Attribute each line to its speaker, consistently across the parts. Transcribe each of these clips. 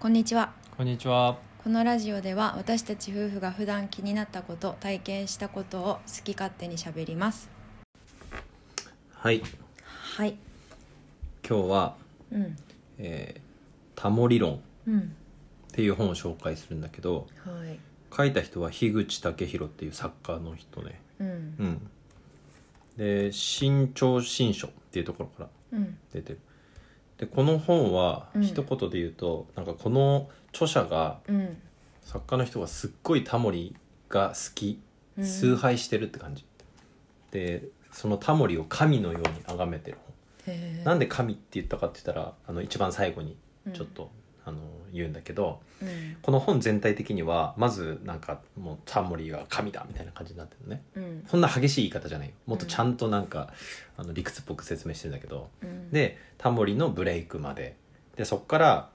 Speaker 1: こんにちは
Speaker 2: こんにちは。
Speaker 1: このラジオでは私たち夫婦が普段気になったこと体験したことを好き勝手にしゃべります
Speaker 2: はい。
Speaker 1: はい
Speaker 2: 今日は、
Speaker 1: うん
Speaker 2: えータモ理論っ
Speaker 1: うん
Speaker 2: ていう本を紹介するんだけど、
Speaker 1: はい
Speaker 2: 書いた人は樋口武弘っていう作家の人ね。
Speaker 1: うん
Speaker 2: うん。で、新潮新書っていうところから
Speaker 1: うん
Speaker 2: 出てる。で、この本は
Speaker 1: うん
Speaker 2: 一言で言うと、なんかこの著者が
Speaker 1: うん
Speaker 2: 作家の人がすっごいタモリが好き、
Speaker 1: うん
Speaker 2: 崇拝してるって感じ。で、そのタモリを神のように崇めてる本。
Speaker 1: へー
Speaker 2: なんで神って言ったかって言ったらあの一番最後にちょっと、あの言うんだけど
Speaker 1: うん
Speaker 2: この本全体的にはまずなんかもうタモリが神だみたいな感じになってるのね
Speaker 1: うん
Speaker 2: そんな激しい言い方じゃないよもっとちゃんとなんか、あの理屈っぽく説明してるんだけど
Speaker 1: うん
Speaker 2: でタモリのブレイクまででそっから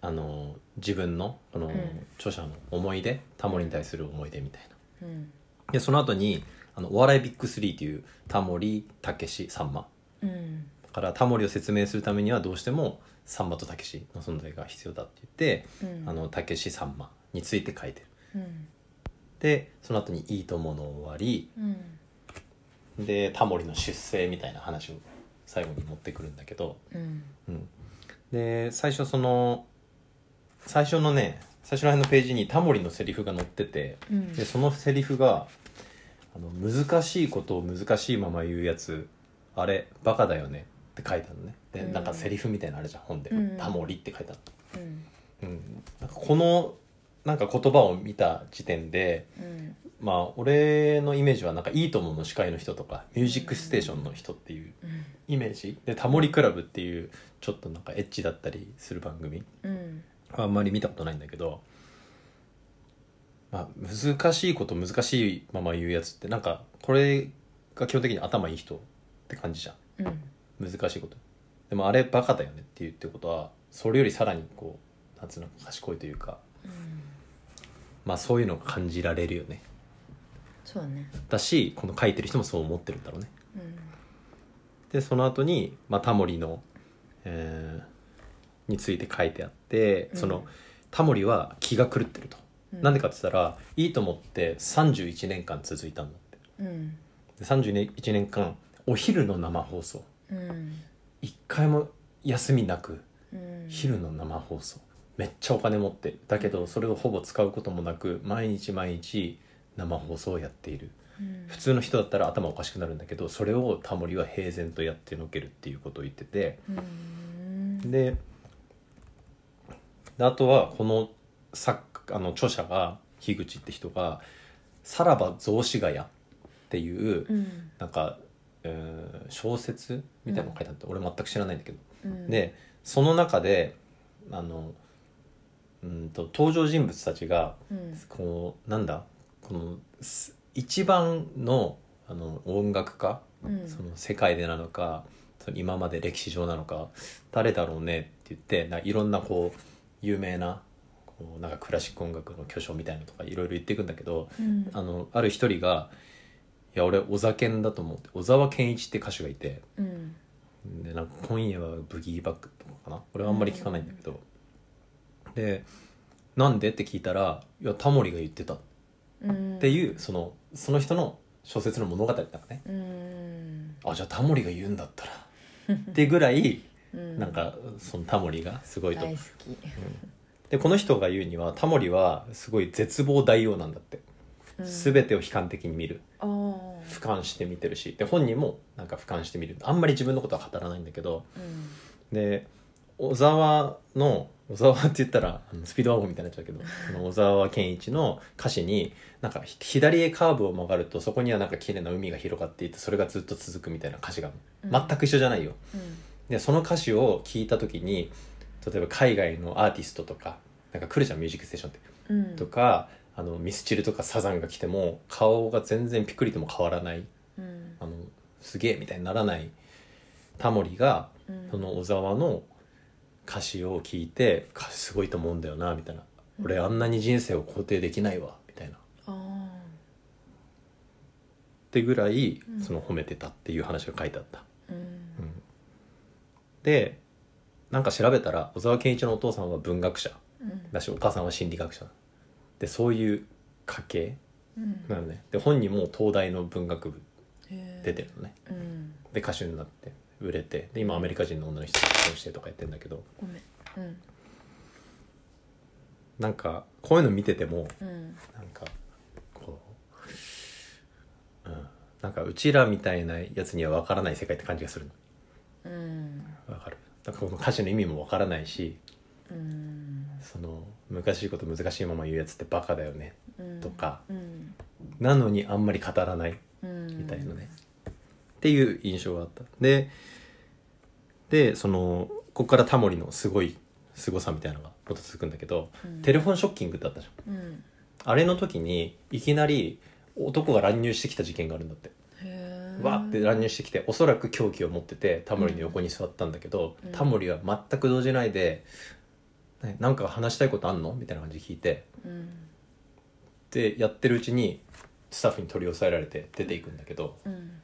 Speaker 2: あの自分のこの
Speaker 1: ん
Speaker 2: 著者の思い出、タモリに対する思い出みたいな
Speaker 1: うん
Speaker 2: でその後にあのお笑いビッグ3っていうタモリたけしさんま
Speaker 1: うん
Speaker 2: だからタモリを説明するためにはどうしてもさんまとたけしの存在が必要だって言って
Speaker 1: うん
Speaker 2: あのたけしさんまについて書いてる
Speaker 1: うん
Speaker 2: でその後に「いいともの終わり
Speaker 1: うん」
Speaker 2: でタモリの出世みたいな話を最後に持ってくるんだけど、
Speaker 1: うん
Speaker 2: うん、で最初その最初のね最初の辺のページにタモリのセリフが載ってて
Speaker 1: うん
Speaker 2: でそのセリフがあの「難しいことを難しいまま言うやつあれバカだよね」って書いたのねで
Speaker 1: うん
Speaker 2: なんかセリフみたいなのあるじゃん本で
Speaker 1: うん
Speaker 2: 「タモリ」って書いたの、
Speaker 1: うん
Speaker 2: うん、なんかこのなんか言葉を見た時点で
Speaker 1: うん
Speaker 2: まあ俺のイメージはなんか「いいとも!」の司会の人とか「ミュージックステーション」の人っていう
Speaker 1: うん
Speaker 2: イメージで「タモリクラブ」っていうちょっとなんかエッチだったりする番組
Speaker 1: うん
Speaker 2: あんまり見たことないんだけど、まあ、難しいこと難しいまま言うやつってなんかこれが基本的に頭いい人って感じじゃん
Speaker 1: うん
Speaker 2: 難しいことでもあれバカだよねって言ってことはそれよりさらにこうなんつうの賢いというか
Speaker 1: うん
Speaker 2: まあそういうのが感じられるよね
Speaker 1: そうだね
Speaker 2: だしこの書いてる人もそう思ってるんだろうね
Speaker 1: うん
Speaker 2: でその後に、まあ、タモリの、えーについて書いてあってそ
Speaker 1: う
Speaker 2: の、
Speaker 1: ん
Speaker 2: タモリは気が狂ってると。
Speaker 1: うん
Speaker 2: なんでかって言ったら「いいとも」って31年間続いたんだって
Speaker 1: うん
Speaker 2: で31年間お昼の生放送
Speaker 1: うん
Speaker 2: 一回も休みなく
Speaker 1: うん
Speaker 2: 昼の生放送めっちゃお金持ってるだけどそれをほぼ使うこともなく毎日毎日生放送をやっている
Speaker 1: うん
Speaker 2: 普通の人だったら頭おかしくなるんだけどそれをタモリは平然とやってのけるっていうことを言ってて
Speaker 1: うん
Speaker 2: でであとはこの作あの著者が樋口って人が「さらば雑司ヶ谷」っていう、
Speaker 1: うん
Speaker 2: なんか、うーん小説みたいなの書いてあって、俺全く知らないんだけど、
Speaker 1: うん
Speaker 2: でその中であのうんと登場人物たちが
Speaker 1: うん
Speaker 2: こうなんだこのす一番のあの音楽家
Speaker 1: うん
Speaker 2: その世界でなのかその今まで歴史上なのか誰だろうねって言ってないろんなこう有名なこうなんかクラシック音楽の巨匠みたいなのとかいろいろ言っていくんだけど
Speaker 1: うん
Speaker 2: あのある一人が「いや俺小沢健だと思う」って小沢健一って歌手がいて
Speaker 1: うん
Speaker 2: でなんか今夜はブギーバックとかかな俺はあんまり聞かないんだけど、で「なんで?」って聞いたら「いやタモリが言ってた」っ
Speaker 1: うん
Speaker 2: ていうそのその人の小説の物語だからね
Speaker 1: うん
Speaker 2: あじゃあタモリが言うんだったらってぐらい
Speaker 1: うん
Speaker 2: なんかそのタモリがすごいと
Speaker 1: 大好き
Speaker 2: でこの人が言うにはタモリはすごい絶望大王なんだって、
Speaker 1: うん
Speaker 2: 全てを悲観的に見る
Speaker 1: あー
Speaker 2: 俯瞰して見てるしで本人もなんか俯瞰して見るあんまり自分のことは語らないんだけど
Speaker 1: うん
Speaker 2: で小沢の小沢って言ったらあのスピードワゴンみたいになっちゃうけどその小沢健一の歌詞になんかひ左へカーブを曲がるとそこにはなんか綺麗な海が広がっていてそれがずっと続くみたいな歌詞が
Speaker 1: うん
Speaker 2: 全く一緒じゃないよ、
Speaker 1: うん
Speaker 2: でその歌詞を聞いた時に例えば海外のアーティストとかなんか来るじゃん「ミュージックステーション」って、
Speaker 1: うん
Speaker 2: とかあのミスチルとかサザンが来ても顔が全然ピクリとも変わらない
Speaker 1: うん
Speaker 2: あのすげえみたいにならないタモリが
Speaker 1: うん
Speaker 2: その小沢の歌詞を聞いてかすごいと思うんだよなみたいな
Speaker 1: うん
Speaker 2: 俺あんなに人生を肯定できないわみたいなっ
Speaker 1: あー
Speaker 2: てぐらい
Speaker 1: うん
Speaker 2: その褒めてたっていう話が書いてあった。
Speaker 1: うん
Speaker 2: うんでなんか調べたら小沢健一のお父さんは文学者
Speaker 1: うん
Speaker 2: だしお母さんは心理学者でそういう家系
Speaker 1: うん
Speaker 2: なのねで本人も東大の文学部
Speaker 1: へー
Speaker 2: 出てるのね
Speaker 1: うん
Speaker 2: で歌手になって売れてで今アメリカ人の女の人と結婚してとかやってんだけど
Speaker 1: ごめんうん
Speaker 2: なんかこういうの見てても
Speaker 1: うん
Speaker 2: なんかこう、うん、なんかうちらみたいなやつには分からない世界って感じがする
Speaker 1: うん
Speaker 2: の分かるだからこの歌詞の意味も分からないし
Speaker 1: うん
Speaker 2: その難しいこと難しいまま言うやつってバカだよね
Speaker 1: うん
Speaker 2: とか、
Speaker 1: うん
Speaker 2: なのにあんまり語らない
Speaker 1: うん
Speaker 2: みたいなね、っていう印象があったででそのここからタモリのすごい凄さみたいなのがもっと続くんだけど、
Speaker 1: うん
Speaker 2: テレフォンショッキングってあったじゃん
Speaker 1: うん
Speaker 2: あれの時にいきなり男が乱入してきた事件があるんだって
Speaker 1: へー
Speaker 2: わーって乱入してきておそらく凶器を持っててタモリの横に座ったんだけど、
Speaker 1: うん
Speaker 2: タモリは全く動じないで「ねなんか話したいことあんの?」みたいな感じで聞いて
Speaker 1: うん
Speaker 2: でやってるうちにスタッフに取り押さえられて出ていくんだけど
Speaker 1: うん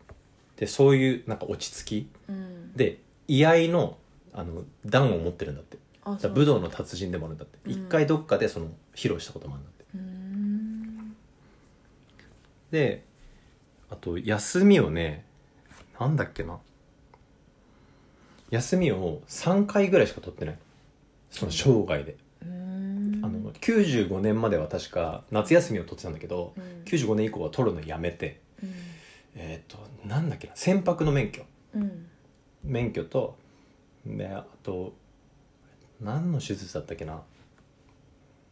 Speaker 2: でそういうなんか落ち着き
Speaker 1: うん
Speaker 2: で居合のあの段を持ってるんだって
Speaker 1: あ
Speaker 2: だから武道の達人でもあるんだって
Speaker 1: うん
Speaker 2: 一、回どっかでその披露したこともあるんだって
Speaker 1: うーん
Speaker 2: であと休みをねなんだっけな休みを3回ぐらいしか取ってないその生涯で、
Speaker 1: うーん
Speaker 2: あの95年までは確か夏休みを取ってたんだけど
Speaker 1: うん
Speaker 2: 95年以降は取るのやめて
Speaker 1: うん
Speaker 2: えっ、となんだっけな船舶の免許
Speaker 1: うん
Speaker 2: 免許とであと何の手術だったっけな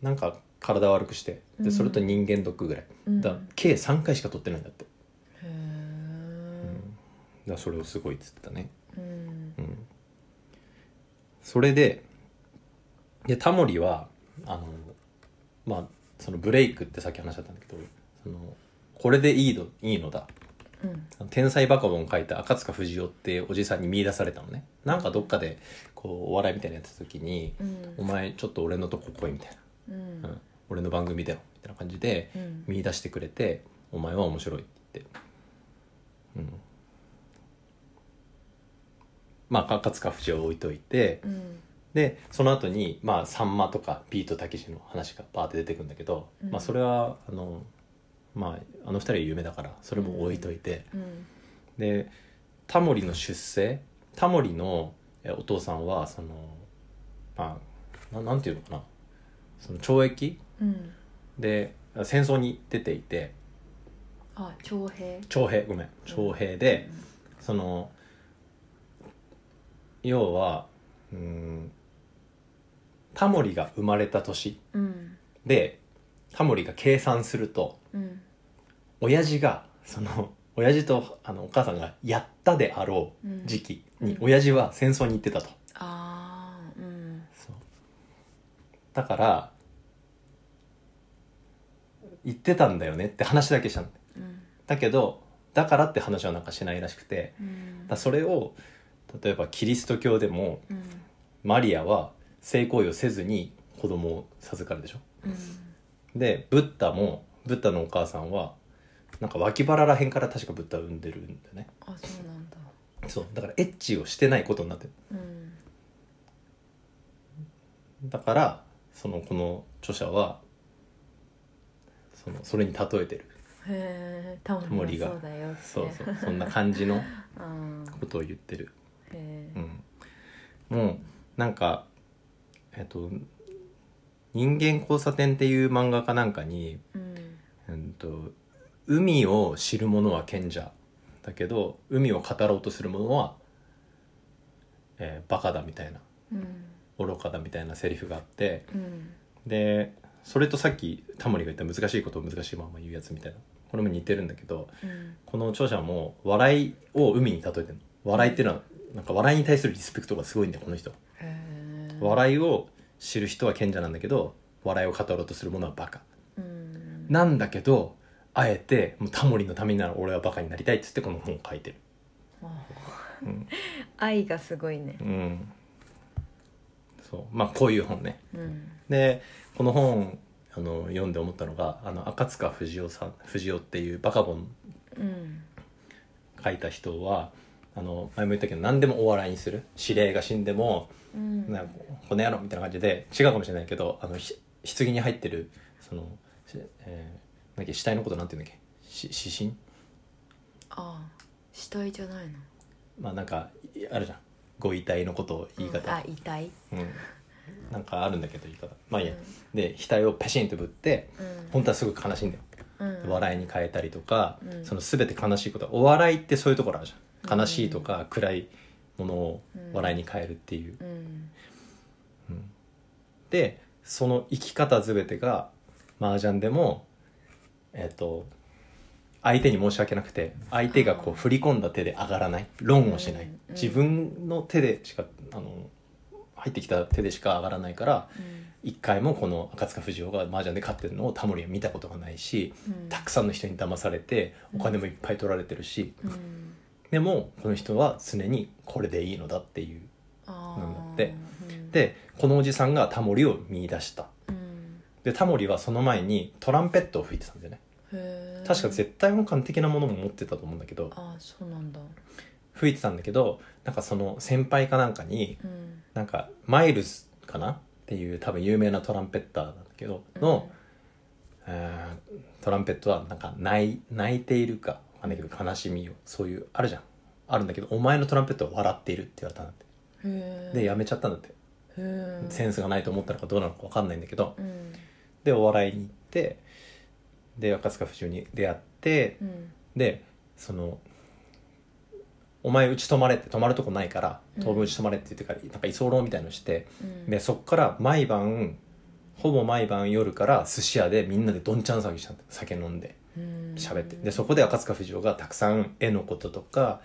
Speaker 2: なんか体悪くして
Speaker 1: う
Speaker 2: で
Speaker 1: ん
Speaker 2: それと人間ドックぐらい、
Speaker 1: うん
Speaker 2: だ計3回しか取ってないんだって、
Speaker 1: へー
Speaker 2: だそれをすごいっつってたね
Speaker 1: うん
Speaker 2: うんそれででタモリはあのまあそのブレイクってさっき話しちゃったんだけどそのこれでいいのいいのだ
Speaker 1: うん
Speaker 2: 天才バカボン書いた赤塚不二夫っておじさんに見出されたのねなんかどっかでこうお笑いみたいなのやってた時に
Speaker 1: う
Speaker 2: 「
Speaker 1: ん
Speaker 2: お前ちょっと俺のとこ来い」みたい
Speaker 1: うん
Speaker 2: な、うん「俺の番組だよ」みたいな感じで
Speaker 1: うん
Speaker 2: 見出してくれて「お前は面白い」って言って、うん、まあ赤塚不二夫置いといて
Speaker 1: うん
Speaker 2: でその後にまあさんまとかビートたけしの話がバーって出てくるんだけど、
Speaker 1: うん
Speaker 2: まあそれはあのまああの二人は有名だからそれも置いといて。
Speaker 1: うん
Speaker 2: でタモリの出世タモリのえお父さんはそのまあななんていうのかなその懲役
Speaker 1: うん
Speaker 2: で戦争に出ていて
Speaker 1: あ徴兵
Speaker 2: 徴兵ごめん徴兵で、その要はうーんタモリが生まれた年
Speaker 1: うん
Speaker 2: でタモリが計算すると
Speaker 1: うん
Speaker 2: 親父がその親父とあのお母さんがやったであろう時期に
Speaker 1: うん
Speaker 2: 親父は戦争に行ってたと、
Speaker 1: ああうん
Speaker 2: そうだから行ってたんだよねって話だけしたんだ
Speaker 1: うん
Speaker 2: だけどだからって話はなんかしないらしくて
Speaker 1: うん
Speaker 2: だそれを例えばキリスト教でも
Speaker 1: うん
Speaker 2: マリアは性行為をせずに子供を授かるでしょ
Speaker 1: うん
Speaker 2: でブッダもブッダのお母さんはなんか脇腹らへんから確かブッダを産んでるんだよね
Speaker 1: あそうなんだ
Speaker 2: そうだからエッチをしてないことになってる
Speaker 1: うん
Speaker 2: だからそのこの著者はそのそれに例えてる
Speaker 1: へえタモ
Speaker 2: モ
Speaker 1: リ
Speaker 2: リ
Speaker 1: が
Speaker 2: が
Speaker 1: そうだよって
Speaker 2: そうそうそんな感じの
Speaker 1: うん
Speaker 2: ことを言ってる、
Speaker 1: へえ
Speaker 2: うん、もうなんかえっと「人間交差点」っていう漫画かなんかに、
Speaker 1: うん
Speaker 2: うん、と海を知る者は賢者だけど海を語ろうとする者は、えーバカだみたいな
Speaker 1: うん
Speaker 2: 愚かだみたいなセリフがあって
Speaker 1: うん
Speaker 2: でそれとさっきタモリが言った難しいことを難しいまま言うやつみたいなこれも似てるんだけど
Speaker 1: うん
Speaker 2: この著者も笑いを海に例えてるの笑いっていうのはなんか笑いに対するリスペクトがすごいんだよこの人は
Speaker 1: へえ
Speaker 2: 笑いを知る人は賢者なんだけど笑いを語ろうとする者はバカ
Speaker 1: うん
Speaker 2: なんだけどあえてもうタモリのためになら俺はバカになりたいっつってこの本を書いてる
Speaker 1: あ
Speaker 2: うん
Speaker 1: 愛がすごいね
Speaker 2: うんそうまあこういう本ね
Speaker 1: うん
Speaker 2: でこの本あの読んで思ったのがあの赤塚不二夫さん不二夫っていうバカボン
Speaker 1: うん
Speaker 2: 書いた人はあの前も言ったけど何でもお笑いにする指令が死んでも
Speaker 1: うん
Speaker 2: なんかこの野郎みたいな感じで違うかもしれないけどあのひ棺に入ってるその、しえー、なんだっけ死体のことなんて言うんだっけし死神
Speaker 1: ああ死体じゃないの
Speaker 2: まあなんかいあるじゃんご遺体のことを言い
Speaker 1: うんあ
Speaker 2: 方、
Speaker 1: 遺体
Speaker 2: うんなんかあるんだけど言い方まあいいや、
Speaker 1: うん
Speaker 2: で額をペシンとぶって
Speaker 1: う
Speaker 2: 本当はすごく悲しいんだよ、
Speaker 1: ん、うん、
Speaker 2: 笑いに変えたりとか、
Speaker 1: うん
Speaker 2: その全て悲しいことお笑いってそういうところあるじゃ
Speaker 1: うんん
Speaker 2: 悲しいとか暗いものを笑いに変えるっていう、
Speaker 1: うん
Speaker 2: でその生き方全てが麻雀でもえっ、と相手に申し訳なくて相手がこ
Speaker 1: あー
Speaker 2: う振り込んだ手で上がらない論をしない、
Speaker 1: うんうん
Speaker 2: 自分の手でしかあの入ってきた手でしか上がらないから
Speaker 1: うん
Speaker 2: 一回もこの赤塚不二夫が麻雀で勝ってるのをタモリは見たことがないし
Speaker 1: うん
Speaker 2: たくさんの人に騙されてお金もいっぱい取られてるし、
Speaker 1: うん
Speaker 2: でもこの人は常にこれでいいのだっていう
Speaker 1: あ
Speaker 2: なんだ
Speaker 1: あ
Speaker 2: って
Speaker 1: うん、
Speaker 2: でこのおじさんがタモリを見出した
Speaker 1: うん、
Speaker 2: でタモリはその前にトランペットを吹いてたんだよね
Speaker 1: へー
Speaker 2: 確か絶対音感的なものも持ってたと思うんだけど
Speaker 1: ああそうなんだ
Speaker 2: 吹いてたんだけどなんかその先輩かなんかに
Speaker 1: うん
Speaker 2: なんかマイルズかなっていう多分有名なトランペッターなんだけどの、えートランペットはなんか泣い泣いているかわかんないけど悲しみをそういうあるじゃんあるんだけどお前のトランペットは笑っているって言われたんだって
Speaker 1: うんへー
Speaker 2: でやめちゃったんだって
Speaker 1: へー
Speaker 2: センスがないと思ったのかどうなのかわかんないんだけど
Speaker 1: うん
Speaker 2: でお笑いに行ってで赤塚不二夫に出会って
Speaker 1: うん
Speaker 2: でその「お前うち泊まれ」って泊まるとこないから当分うち泊まれって言ってから、なんか居候みたいのして
Speaker 1: うん
Speaker 2: でそっから毎晩ほぼ毎晩夜から寿司屋でみんなでどんちゃん騒ぎしたんだ酒飲んで
Speaker 1: うん
Speaker 2: 喋ってでそこで赤塚不二夫がたくさん絵のこととか、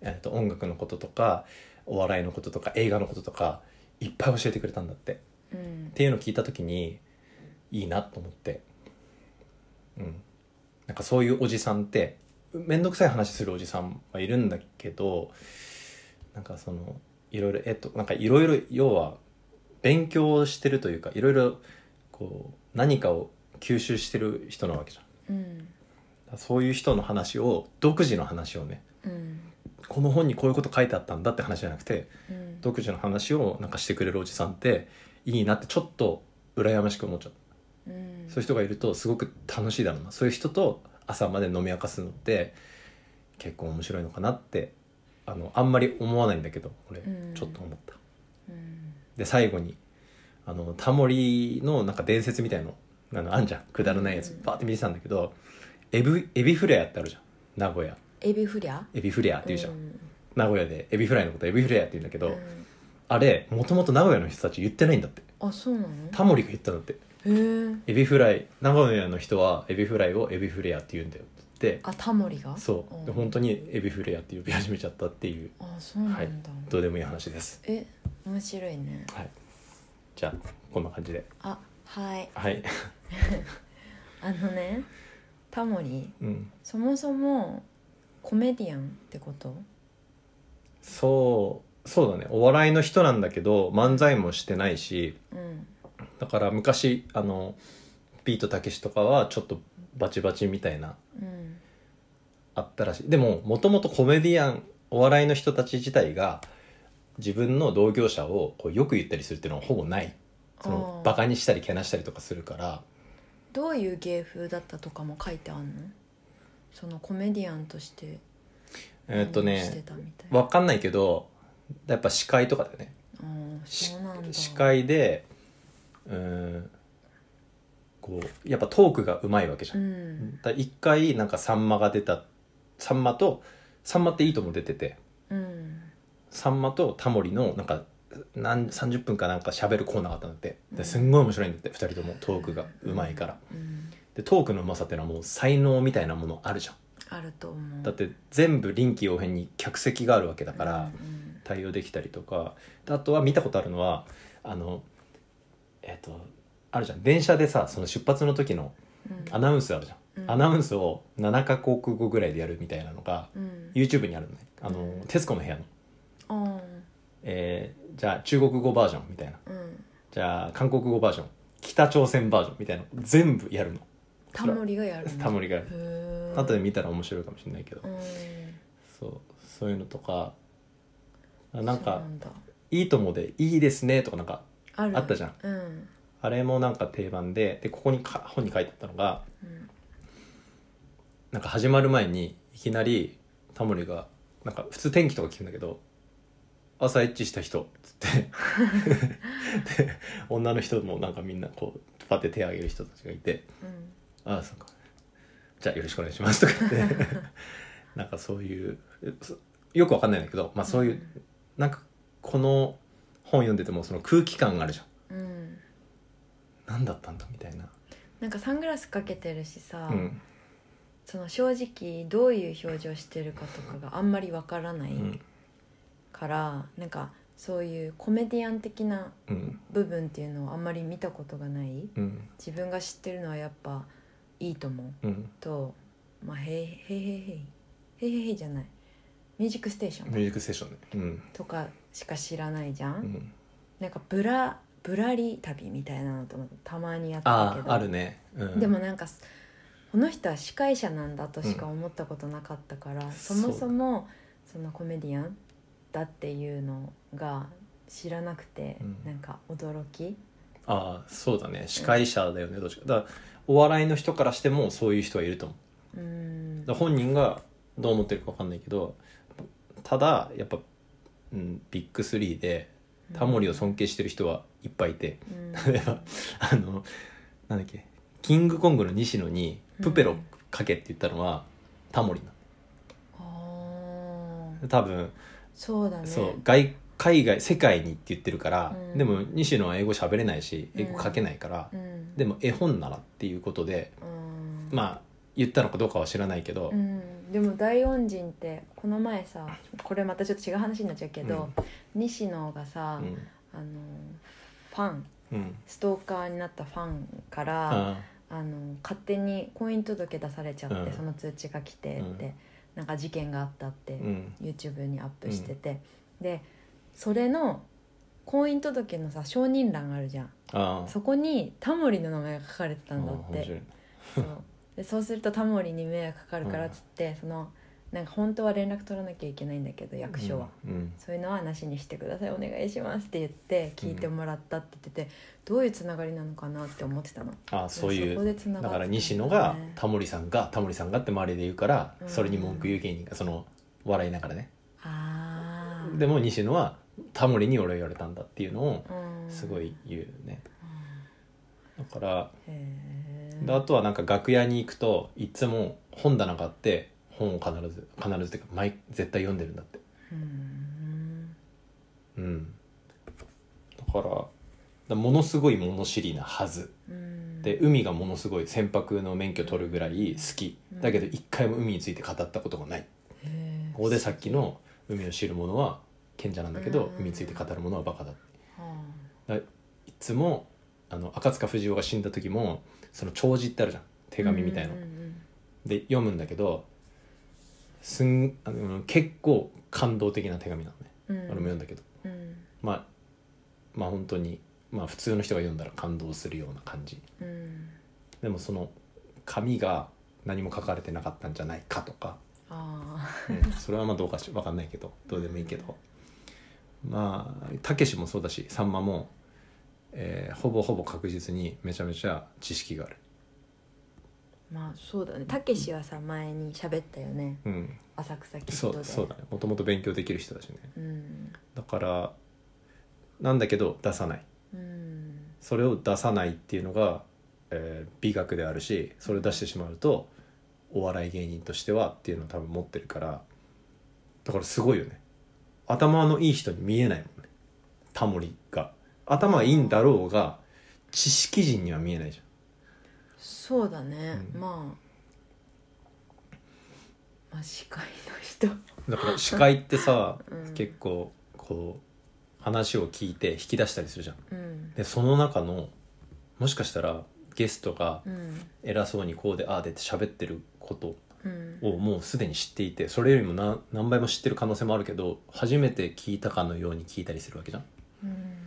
Speaker 2: えー、と音楽のこととかお笑いのこととか映画のこととかいっぱい教えてくれたんだってっ
Speaker 1: うん
Speaker 2: ていうのを聞いた時にいいなと思ってうんなんかそういうおじさんって面倒くさい話するおじさんはいるんだけどなんかそのいろいろえっとなんかいろいろ要は勉強してるというかいろいろこう何かを吸収してる人なわけじゃん。
Speaker 1: うん
Speaker 2: そういう人の話を独自の話をね
Speaker 1: うん
Speaker 2: この本にこういうこと書いてあったんだって話じゃなくて
Speaker 1: うん
Speaker 2: 独自の話をなんかしてくれるおじさんっていいなってちょっと羨ましく思っちゃう
Speaker 1: うん
Speaker 2: そういう人がいるとすごく楽しいだろうなそういう人と朝まで飲み明かすのって結構面白いのかなってあのあんまり思わないんだけど俺
Speaker 1: うん
Speaker 2: ちょっと思った、
Speaker 1: うん
Speaker 2: で最後にあのタモリのなんか伝説みたいのあのあんじゃんくだらないやつ
Speaker 1: うん
Speaker 2: バーって見てたんだけどエビエビフレアってあるじゃん名古屋
Speaker 1: エビフリャっ
Speaker 2: エビフレアって言うじゃん、
Speaker 1: ん
Speaker 2: 名古屋でエビフライのことエビフレアって言うんだけど、
Speaker 1: うん
Speaker 2: あれもともと名古屋の人たち言ってないんだって
Speaker 1: あそうなの
Speaker 2: タモリが言ったんだって
Speaker 1: へー
Speaker 2: エビフライ名古屋の人はエビフライをエビフレアって言うんだよって言って
Speaker 1: あタモリが
Speaker 2: そうで本当にエビフレアって呼び始めちゃったっていう
Speaker 1: あそうなんだ
Speaker 2: どうでもいい話です
Speaker 1: え面白いね
Speaker 2: はいじゃあこんな感じで
Speaker 1: あはい
Speaker 2: はい、
Speaker 1: あのねタモリ
Speaker 2: うん、
Speaker 1: そもそもコメディアンってこと
Speaker 2: そうそうだねお笑いの人なんだけど漫才もしてないし
Speaker 1: うん
Speaker 2: だから昔あのビートたけしとかはちょっとバチバチみたいな
Speaker 1: うん
Speaker 2: あったらしいでももともとコメディアンお笑いの人たち自体が自分の同業者をこうよく言ったりするっていうのはほぼないその
Speaker 1: あー
Speaker 2: バカにしたりけなしたりとかするから
Speaker 1: どういう芸風だったとかも書いてあんのそのコメディアンとして
Speaker 2: えーっと
Speaker 1: 何をして
Speaker 2: ね
Speaker 1: たみたいな
Speaker 2: わかんないけどやっぱ司会とかだよね
Speaker 1: あーそうなんだ
Speaker 2: 司会でうーんこうやっぱトークがうまいわけじゃ、
Speaker 1: うんん
Speaker 2: だから一回なんかさんまが出たさんまとさんまっていいとも出てて
Speaker 1: うん
Speaker 2: さんまとタモリのなんかなん30分かなんか喋るコーナーがあったんだって
Speaker 1: う
Speaker 2: で
Speaker 1: ん
Speaker 2: すんごい面白いんだって2人ともトークがうまいから
Speaker 1: うん
Speaker 2: でトークのうまさっていうのはもう才能みたいなものあるじゃん
Speaker 1: あると思う
Speaker 2: だって全部臨機応変に客席があるわけだから
Speaker 1: うん
Speaker 2: 対応できたりとかであとは見たことあるのはあのえっ、とあるじゃん電車でさその出発の時の
Speaker 1: うん
Speaker 2: アナウンスあるじゃん、
Speaker 1: うん
Speaker 2: アナウンスを7カ国語ぐらいでやるみたいなのが
Speaker 1: うん
Speaker 2: YouTube にあるのねあの、
Speaker 1: うん
Speaker 2: 徹子の部屋の、
Speaker 1: あー
Speaker 2: えーじゃあ中国語バージョンみたいな
Speaker 1: うん
Speaker 2: じゃあ韓国語バージョン北朝鮮バージョンみたいなの全部やるの
Speaker 1: タモリがやるの
Speaker 2: タモリがやる
Speaker 1: へー
Speaker 2: 後で見たら面白いかもしれないけど
Speaker 1: うん
Speaker 2: そうそういうのとかあなん
Speaker 1: そう
Speaker 2: か
Speaker 1: なんだ
Speaker 2: 「いいとも」で「いいですね」とかなんか
Speaker 1: ある
Speaker 2: あったじゃん
Speaker 1: うん
Speaker 2: ああれもなんか定番ででここにか本に書いてあったのが
Speaker 1: うん
Speaker 2: なんか始まる前にいきなりタモリがなんか普通天気とか聞くんだけど「朝エッチした人」っつ ってで女の人もなんかみんなこうパッて手を挙げる人たちがいて
Speaker 1: うん
Speaker 2: 「ああそうかじゃあよろしくお願いします」とか言って なんかそういうそよくわかんないんだけど、まあ、そういうなんかこの本読んでてもその空気感があるじゃん
Speaker 1: うん
Speaker 2: 何だったんだみたいな。
Speaker 1: なんかサングラスかけてるしさ、
Speaker 2: うん
Speaker 1: その正直どういう表情してるかとかがあんまりわからな
Speaker 2: う
Speaker 1: い
Speaker 2: ん
Speaker 1: から、なんかそういうコメディアン的な
Speaker 2: うん
Speaker 1: 部分っていうのをあんまり見たことがない
Speaker 2: うん
Speaker 1: 自分が知ってるのはやっぱ「いいとも
Speaker 2: うん」
Speaker 1: と「まあ、へいへいへいへいへいへいへい」じゃない「ミュージックステーショ
Speaker 2: ミュ
Speaker 1: ン
Speaker 2: ージックステーションねうん」
Speaker 1: とかしか知らないじゃん、
Speaker 2: うん
Speaker 1: なんかブラぶらり旅みたいなのともたまにやった
Speaker 2: あ
Speaker 1: けど
Speaker 2: ああるね、うん、
Speaker 1: でもなんかこの人は司会者なんだとしか思ったことなかったから、そもそもそのコメディアンだっていうのが知らなくて、
Speaker 2: うん
Speaker 1: なんか驚き
Speaker 2: ああそうだね司会者だよねどっちかだからお笑いの人からしてもそういう人はいると思う
Speaker 1: うーん
Speaker 2: だから本人がどう思ってるか分かんないけどただやっぱ、うん、ビッグスリーでタモリを尊敬してる人はいっぱいいて、
Speaker 1: うん
Speaker 2: 例えばあのなんだっけキングコングの西野に「プペロかけ」って言ったのはタモリな
Speaker 1: あー
Speaker 2: の多分
Speaker 1: そうだね
Speaker 2: そう外海外世界にって言ってるから、
Speaker 1: うん
Speaker 2: でも西野は英語喋れないし英語書けないから、
Speaker 1: うん、
Speaker 2: でも絵本ならっていうことで
Speaker 1: うん
Speaker 2: まあ言ったのかどうかは知らないけど、
Speaker 1: うん、でも大恩人ってこの前さこれまたちょっと違う話になっちゃうけど、西野が
Speaker 2: う
Speaker 1: さ、
Speaker 2: ん
Speaker 1: あのファン
Speaker 2: うん
Speaker 1: ストーカーになったファンから、
Speaker 2: あ
Speaker 1: あの勝手に婚姻届出されちゃって、
Speaker 2: うん
Speaker 1: その通知が来てって、
Speaker 2: うん
Speaker 1: なんか事件があったって、
Speaker 2: ーうん
Speaker 1: YouTube にアップしてて、でそれの婚姻届のさ承認欄があるじゃん
Speaker 2: あー
Speaker 1: そこにタモリの名前が書かれてたんだっ
Speaker 2: あー面白
Speaker 1: て
Speaker 2: い
Speaker 1: そうでそうするとタモリに迷惑かかるからっつって、そのなんか本当は連絡取らなきゃいけないんだけど役所は、
Speaker 2: うん
Speaker 1: そういうのはなしにしてくださいお願いしますって言って聞いてもらったって言ってて、どういうつながりなのかなって思ってたの
Speaker 2: あーそうい
Speaker 1: そこ
Speaker 2: う
Speaker 1: で繋が
Speaker 2: だ
Speaker 1: ってたんね
Speaker 2: から西野がタモリさんがタモリさんがって周りで言うから、
Speaker 1: うん
Speaker 2: それに文句言う芸人がその笑いながらね
Speaker 1: あー
Speaker 2: でも西野はタモリに俺は言われたんだっていうのを
Speaker 1: うん
Speaker 2: すごい言うね、
Speaker 1: うん
Speaker 2: だから
Speaker 1: へー
Speaker 2: であとはなんか楽屋に行くといつも本棚があって本を必ず必ずっていうか毎絶対読んでるんだって
Speaker 1: うん
Speaker 2: うんだからだからものすごい物知りなはず
Speaker 1: うん
Speaker 2: で海がものすごい船舶の免許取るぐらい好き
Speaker 1: うん
Speaker 2: だけど一回も海について語ったことがない
Speaker 1: へー
Speaker 2: ここでさっきの「海を知る者は賢者なんだけど
Speaker 1: うん
Speaker 2: 海について語る者はバカだ」
Speaker 1: は
Speaker 2: いつもあの赤塚不二夫が死んだ時もその弔辞ってあるじゃん手紙みたいな
Speaker 1: うんうんうん
Speaker 2: で読むんだけどすんあの結構感動的な手紙なのね
Speaker 1: うん
Speaker 2: 俺も読んだけど、
Speaker 1: うん
Speaker 2: まあまあ本当にまあ普通の人が読んだら感動するような感じ
Speaker 1: うん
Speaker 2: でもその紙が何も書かれてなかったんじゃないかとか、
Speaker 1: あ
Speaker 2: うんそれはまあどうかし分かんないけどどうでもいいけどまあたけしもそうだしさんまも、えーほぼほぼ確実にめちゃめちゃ知識がある、
Speaker 1: ーまあそうだねたけしはさ前に喋ったよね
Speaker 2: うん、
Speaker 1: 浅草キ
Speaker 2: そ
Speaker 1: ッド
Speaker 2: う
Speaker 1: で
Speaker 2: そうだねもともと勉強できる人だしね
Speaker 1: うん
Speaker 2: だからなんだけど出さない
Speaker 1: うん
Speaker 2: それを出さないっていうのが、えー美学であるしそれを出してしまうとお笑い芸人としてはっていうのを多分持ってるからだからすごいよね頭のいい人に見えないもんねタモリが頭いいんだろうが知識人には見えないじ
Speaker 1: そうだね
Speaker 2: うん
Speaker 1: まあまあ司会の人
Speaker 2: ゃんだから司会ってさ
Speaker 1: うん
Speaker 2: 結構こう話を聞いて引き出したりするじゃん
Speaker 1: うん
Speaker 2: でその中のもしかしたらゲストが
Speaker 1: うん
Speaker 2: 偉そうにこうでああでって喋ってること
Speaker 1: うん
Speaker 2: をもうすでに知っていてそれよりも何何倍も知ってる可能性もあるけど初めて聞いたかのように聞いたりするわけじゃん
Speaker 1: うん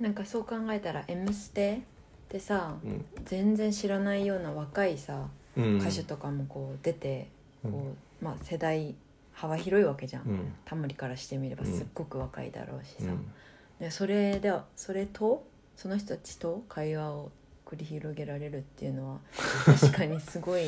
Speaker 1: なんかそう考えたら「M ステ」ってさ
Speaker 2: うん、
Speaker 1: 全然知らないような若いさ
Speaker 2: うん、
Speaker 1: 歌手とかもこう出て
Speaker 2: うん
Speaker 1: こうまあ世代幅広いわけじゃ
Speaker 2: うんん
Speaker 1: タモリからしてみれば
Speaker 2: うん
Speaker 1: すっごく若いだろうし
Speaker 2: う
Speaker 1: さ
Speaker 2: ん
Speaker 1: でそれでそれとその人たちと会話を繰り広げられるっていうのは確かにすごい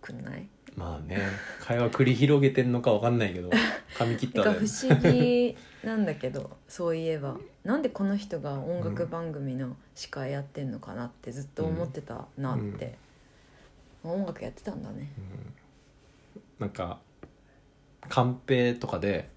Speaker 1: くない
Speaker 2: まあね会話繰り広げてんのかわかんないけ ど髪切っ
Speaker 1: な
Speaker 2: た
Speaker 1: んか
Speaker 2: ね
Speaker 1: 不思議なんだけどそういえばなんでこの人が音楽番組の司会やってんのかなってずっと思ってたなって、音楽やってたんだね
Speaker 2: なんかカンペとかで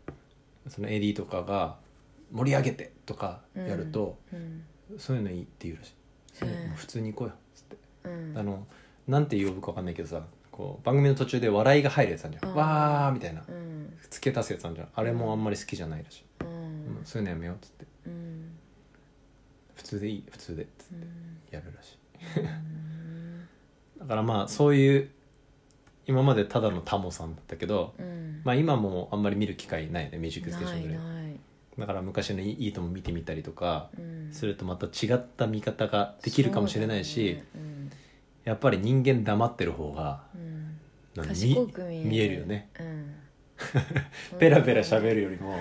Speaker 2: その AD とかが「盛り上げて!」とかやると、
Speaker 1: うん
Speaker 2: そういうのいいって言うらしいそれ
Speaker 1: へえ
Speaker 2: もう普通に行こうよっつって、
Speaker 1: うん
Speaker 2: あのなんて呼ぶかわかんないけどさこう番組の途中で笑いが入るやつあんじゃん
Speaker 1: あー
Speaker 2: わーみたいな
Speaker 1: うん
Speaker 2: 付け足すやつあんじゃんあれもあんまり好きじゃないらしい、
Speaker 1: う
Speaker 2: う
Speaker 1: ん
Speaker 2: んそういうのやめようっつって
Speaker 1: うん
Speaker 2: 普通でいい普通でっつって
Speaker 1: うん
Speaker 2: やるらし いだからまあそういう今までただのタモさんだったけど
Speaker 1: うん
Speaker 2: まあ今もあんまり見る機会ないよね「ミュージックステーシ
Speaker 1: な
Speaker 2: ョン
Speaker 1: い
Speaker 2: ぐらい
Speaker 1: ない
Speaker 2: だから昔のいい「いいとも」見てみたりとか
Speaker 1: うん
Speaker 2: するとまた違った見方ができるかもしれないし、
Speaker 1: そうだね
Speaker 2: やっぱり人間黙ってる方が
Speaker 1: うん
Speaker 2: な
Speaker 1: うんん
Speaker 2: か
Speaker 1: 賢く見え
Speaker 2: 見えるよね
Speaker 1: うん
Speaker 2: ペラペラ喋
Speaker 1: る
Speaker 2: るよりも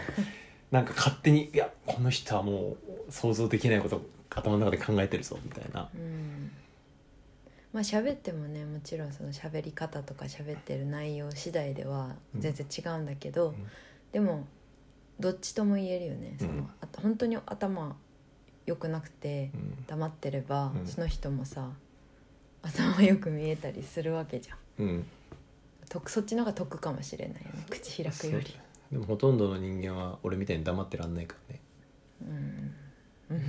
Speaker 2: なんか勝手に「いやこの人はもう想像できないこと頭の中で考えてるぞ」みたいな
Speaker 1: うんまあ喋ってもねもちろんその喋り方とか喋ってる内容次第では
Speaker 2: うん
Speaker 1: 全然違うんだけど、
Speaker 2: ん
Speaker 1: でもどっちとも言えるよねその、
Speaker 2: うん
Speaker 1: あと本当に頭良くなくて
Speaker 2: うん、
Speaker 1: 黙ってれば、
Speaker 2: うん
Speaker 1: その人もさ頭よく見えたりするわけじゃん
Speaker 2: うん、
Speaker 1: 得そっちの方が得かもしれないよね口開くより
Speaker 2: そうでもほとんどの人間は俺みたいに黙ってらんないからね
Speaker 1: うん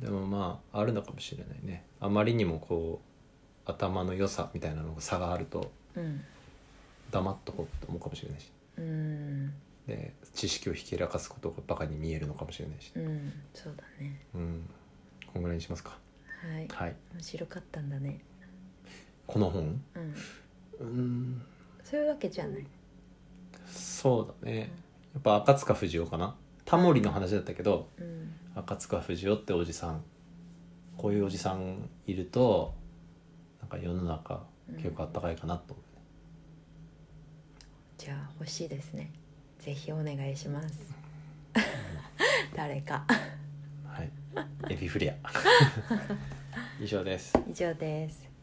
Speaker 2: でもまああるのかもしれないねあまりにもこう頭の良さみたいなのが差があると
Speaker 1: うん
Speaker 2: 黙っとこうと思うかもしれないし
Speaker 1: うん
Speaker 2: で知識をひけらかすことがバカに見えるのかもしれないし
Speaker 1: うんそうだね
Speaker 2: うんこんぐらいにしますか
Speaker 1: はい
Speaker 2: はい
Speaker 1: 面白かったんだね
Speaker 2: この本
Speaker 1: うん
Speaker 2: うん
Speaker 1: そういうわけじゃない
Speaker 2: そうだねやっぱ赤塚不二夫かなタモリの話だったけど
Speaker 1: うん
Speaker 2: 赤塚不二夫っておじさんこういうおじさんいるとなんか世の中結構あったかいかなと思うね、
Speaker 1: じゃあ欲しいですねぜひお願いします 誰か
Speaker 2: はいエビフリア 以上です
Speaker 1: 以上です